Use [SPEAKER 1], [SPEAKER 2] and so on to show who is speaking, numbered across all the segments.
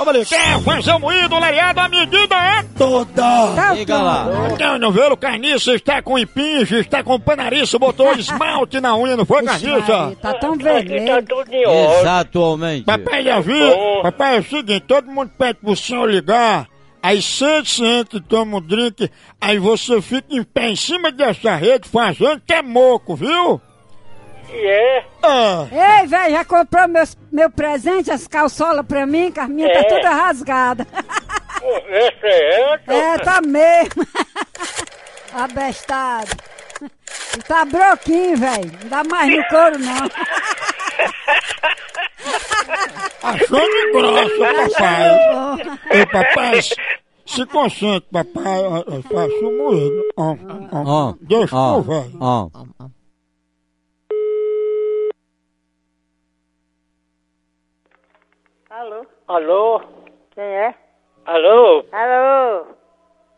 [SPEAKER 1] Ô, Valeu.
[SPEAKER 2] Servazão é moído, lariado, a medida é
[SPEAKER 1] Toda!
[SPEAKER 3] Tá
[SPEAKER 4] Liga
[SPEAKER 3] tudo.
[SPEAKER 4] lá.
[SPEAKER 2] Carnivelo, carniça, está com impinge, está com panariço, botou esmalte na unha, não foi,
[SPEAKER 3] Ixi, Maria,
[SPEAKER 2] carniça?
[SPEAKER 3] Tá tão
[SPEAKER 5] Aqui tá
[SPEAKER 3] vermelho.
[SPEAKER 5] tudo em ordem.
[SPEAKER 4] Exatamente.
[SPEAKER 2] Papai já viu? Papai, é o seguinte, todo mundo pede pro senhor ligar, aí sente, sente, toma um drink, aí você fica em pé em cima dessa rede fazendo que é moco, viu?
[SPEAKER 5] E é.
[SPEAKER 2] É.
[SPEAKER 3] Ei, velho, já comprou meus, meu presente, as calçolas pra mim, que as minhas tá
[SPEAKER 5] É.
[SPEAKER 3] toda rasgada.
[SPEAKER 5] Essa é essa.
[SPEAKER 3] É, tá mesmo. Abestado. Tá broquinho, velho. Não dá mais no couro, não.
[SPEAKER 2] Achou de grossa, papai.
[SPEAKER 3] Bom,
[SPEAKER 2] Ei, papai, se- se concentre, papai. Eu- Eu faço o moído. Ó, ó.
[SPEAKER 4] Ó,
[SPEAKER 2] Deixa
[SPEAKER 4] ó,
[SPEAKER 2] eu ver.
[SPEAKER 4] ó.
[SPEAKER 6] Alô,
[SPEAKER 5] Alô?
[SPEAKER 6] quem é?
[SPEAKER 5] Alô?
[SPEAKER 6] Alô,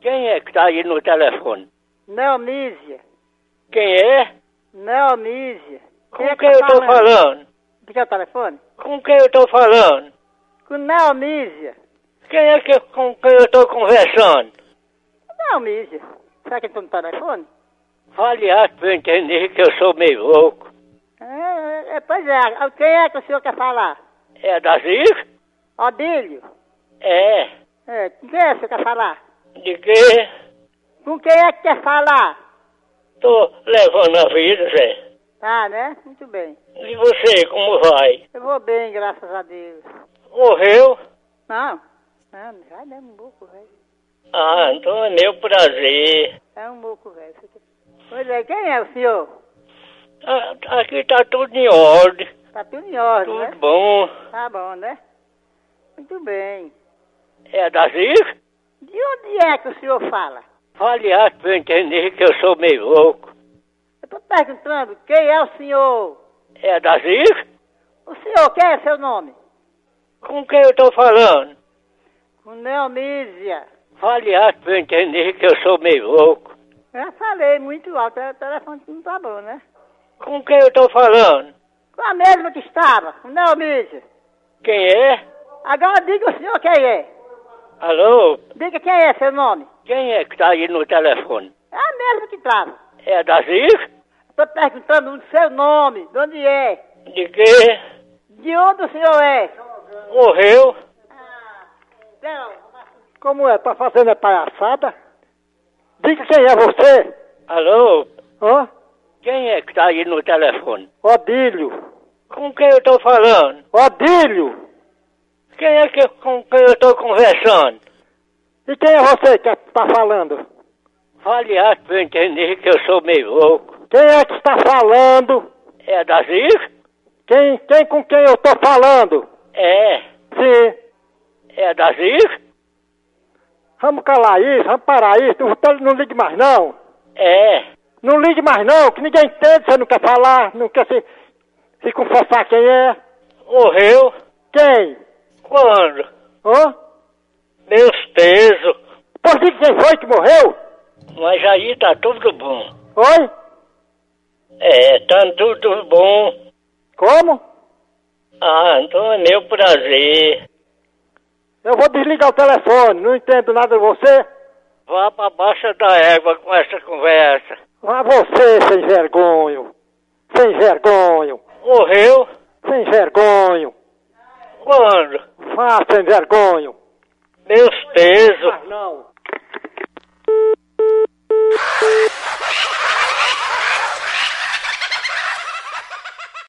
[SPEAKER 5] Quem é que tá aí no telefone?
[SPEAKER 6] Neomísia,
[SPEAKER 5] Quem é?
[SPEAKER 6] Neomísia.
[SPEAKER 5] Com quem eu tô falando?
[SPEAKER 6] Quem é o telefone?
[SPEAKER 5] Com quem eu tô falando?
[SPEAKER 6] Com Neomísia.
[SPEAKER 5] Quem é que, com quem eu tô conversando?
[SPEAKER 6] Neomísia, será que tu no telefone?
[SPEAKER 5] Vale a pra eu entender que eu sou meio louco.
[SPEAKER 6] É, é, pois é, quem é que o senhor quer falar?
[SPEAKER 5] É da Zica?
[SPEAKER 6] Odílio?
[SPEAKER 5] É.
[SPEAKER 6] É, com quem é que o senhor quer falar?
[SPEAKER 5] De que
[SPEAKER 6] Com quem é que quer falar?
[SPEAKER 5] tô levando a vida, Zé?
[SPEAKER 6] Tá, né? Muito bem.
[SPEAKER 5] E você, como vai?
[SPEAKER 6] Eu vou bem, graças a Deus.
[SPEAKER 5] Morreu?
[SPEAKER 6] Não, não, não vai não, é um moco, velho.
[SPEAKER 5] Ah, então é meu prazer.
[SPEAKER 6] É um moco, velho. Pois é, quem é o senhor?
[SPEAKER 5] Ah, Aqui tá tudo em ordem,
[SPEAKER 6] Tá tudo em ordem, né?
[SPEAKER 5] tudo bom.
[SPEAKER 6] Tá bom, né? Muito bem.
[SPEAKER 5] É da Zica?
[SPEAKER 6] De onde é que o senhor fala?
[SPEAKER 5] Vale a pra eu entender que eu sou meio louco.
[SPEAKER 6] Eu tô perguntando quem é o senhor.
[SPEAKER 5] É da Zica?
[SPEAKER 6] O senhor, quem é seu nome?
[SPEAKER 5] Com quem eu tô falando?
[SPEAKER 6] O Neomísia.
[SPEAKER 5] Vale a pra eu entender que eu sou meio louco.
[SPEAKER 6] Eu já falei muito alto, o telefone não tá bom, né?
[SPEAKER 5] Com quem eu tô falando?
[SPEAKER 6] Com a mesma que estava, o Neomísia.
[SPEAKER 5] Quem é?
[SPEAKER 6] Agora diga o senhor quem é.
[SPEAKER 5] Alô?
[SPEAKER 6] Diga quem é seu nome.
[SPEAKER 5] Quem é que tá aí no telefone?
[SPEAKER 6] É a mesma que estava.
[SPEAKER 5] É da Zica?
[SPEAKER 6] Tô perguntando o seu nome, de onde é.
[SPEAKER 5] De que
[SPEAKER 6] De onde o senhor é?
[SPEAKER 5] morreu?
[SPEAKER 6] Como é? Tá fazendo a palhaçada? Diga quem é você.
[SPEAKER 5] Alô?
[SPEAKER 6] Hã?
[SPEAKER 5] Quem é que tá aí no telefone?
[SPEAKER 6] Odílio.
[SPEAKER 5] Com quem eu tô falando?
[SPEAKER 6] Odílio!
[SPEAKER 5] Quem é que, com quem eu tô conversando?
[SPEAKER 6] E quem é você que está falando?
[SPEAKER 5] Vale a pra eu entender que eu sou meio louco.
[SPEAKER 6] Quem é que está falando?
[SPEAKER 5] É da Zica?
[SPEAKER 6] Quem, quem com quem eu estou falando?
[SPEAKER 5] É.
[SPEAKER 6] Sim.
[SPEAKER 5] É da Zica?
[SPEAKER 6] Vamos calar isso, vamos parar isso. Não, tá- não ligue mais não.
[SPEAKER 5] É.
[SPEAKER 6] Não ligue mais não, que ninguém entende, você não quer falar, não quer se, se confessar quem é.
[SPEAKER 5] Morreu?
[SPEAKER 6] Quem?
[SPEAKER 5] Quando?
[SPEAKER 6] Hã?
[SPEAKER 5] Meus pesos.
[SPEAKER 6] Pois diga quem foi que morreu?
[SPEAKER 5] Mas aí tá tudo bom.
[SPEAKER 6] Oi?
[SPEAKER 5] É, tá tudo bom.
[SPEAKER 6] Como?
[SPEAKER 5] Ah, então é meu prazer.
[SPEAKER 6] Eu vou desligar o telefone, não entendo nada de você.
[SPEAKER 5] Vá pra baixa da égua com essa conversa.
[SPEAKER 6] Ah, você, sem vergonho. Sem vergonho.
[SPEAKER 5] Morreu?
[SPEAKER 6] Sem vergonho.
[SPEAKER 5] Quando?
[SPEAKER 6] Vá, sem vergonho.
[SPEAKER 5] Meus pesos.
[SPEAKER 6] não.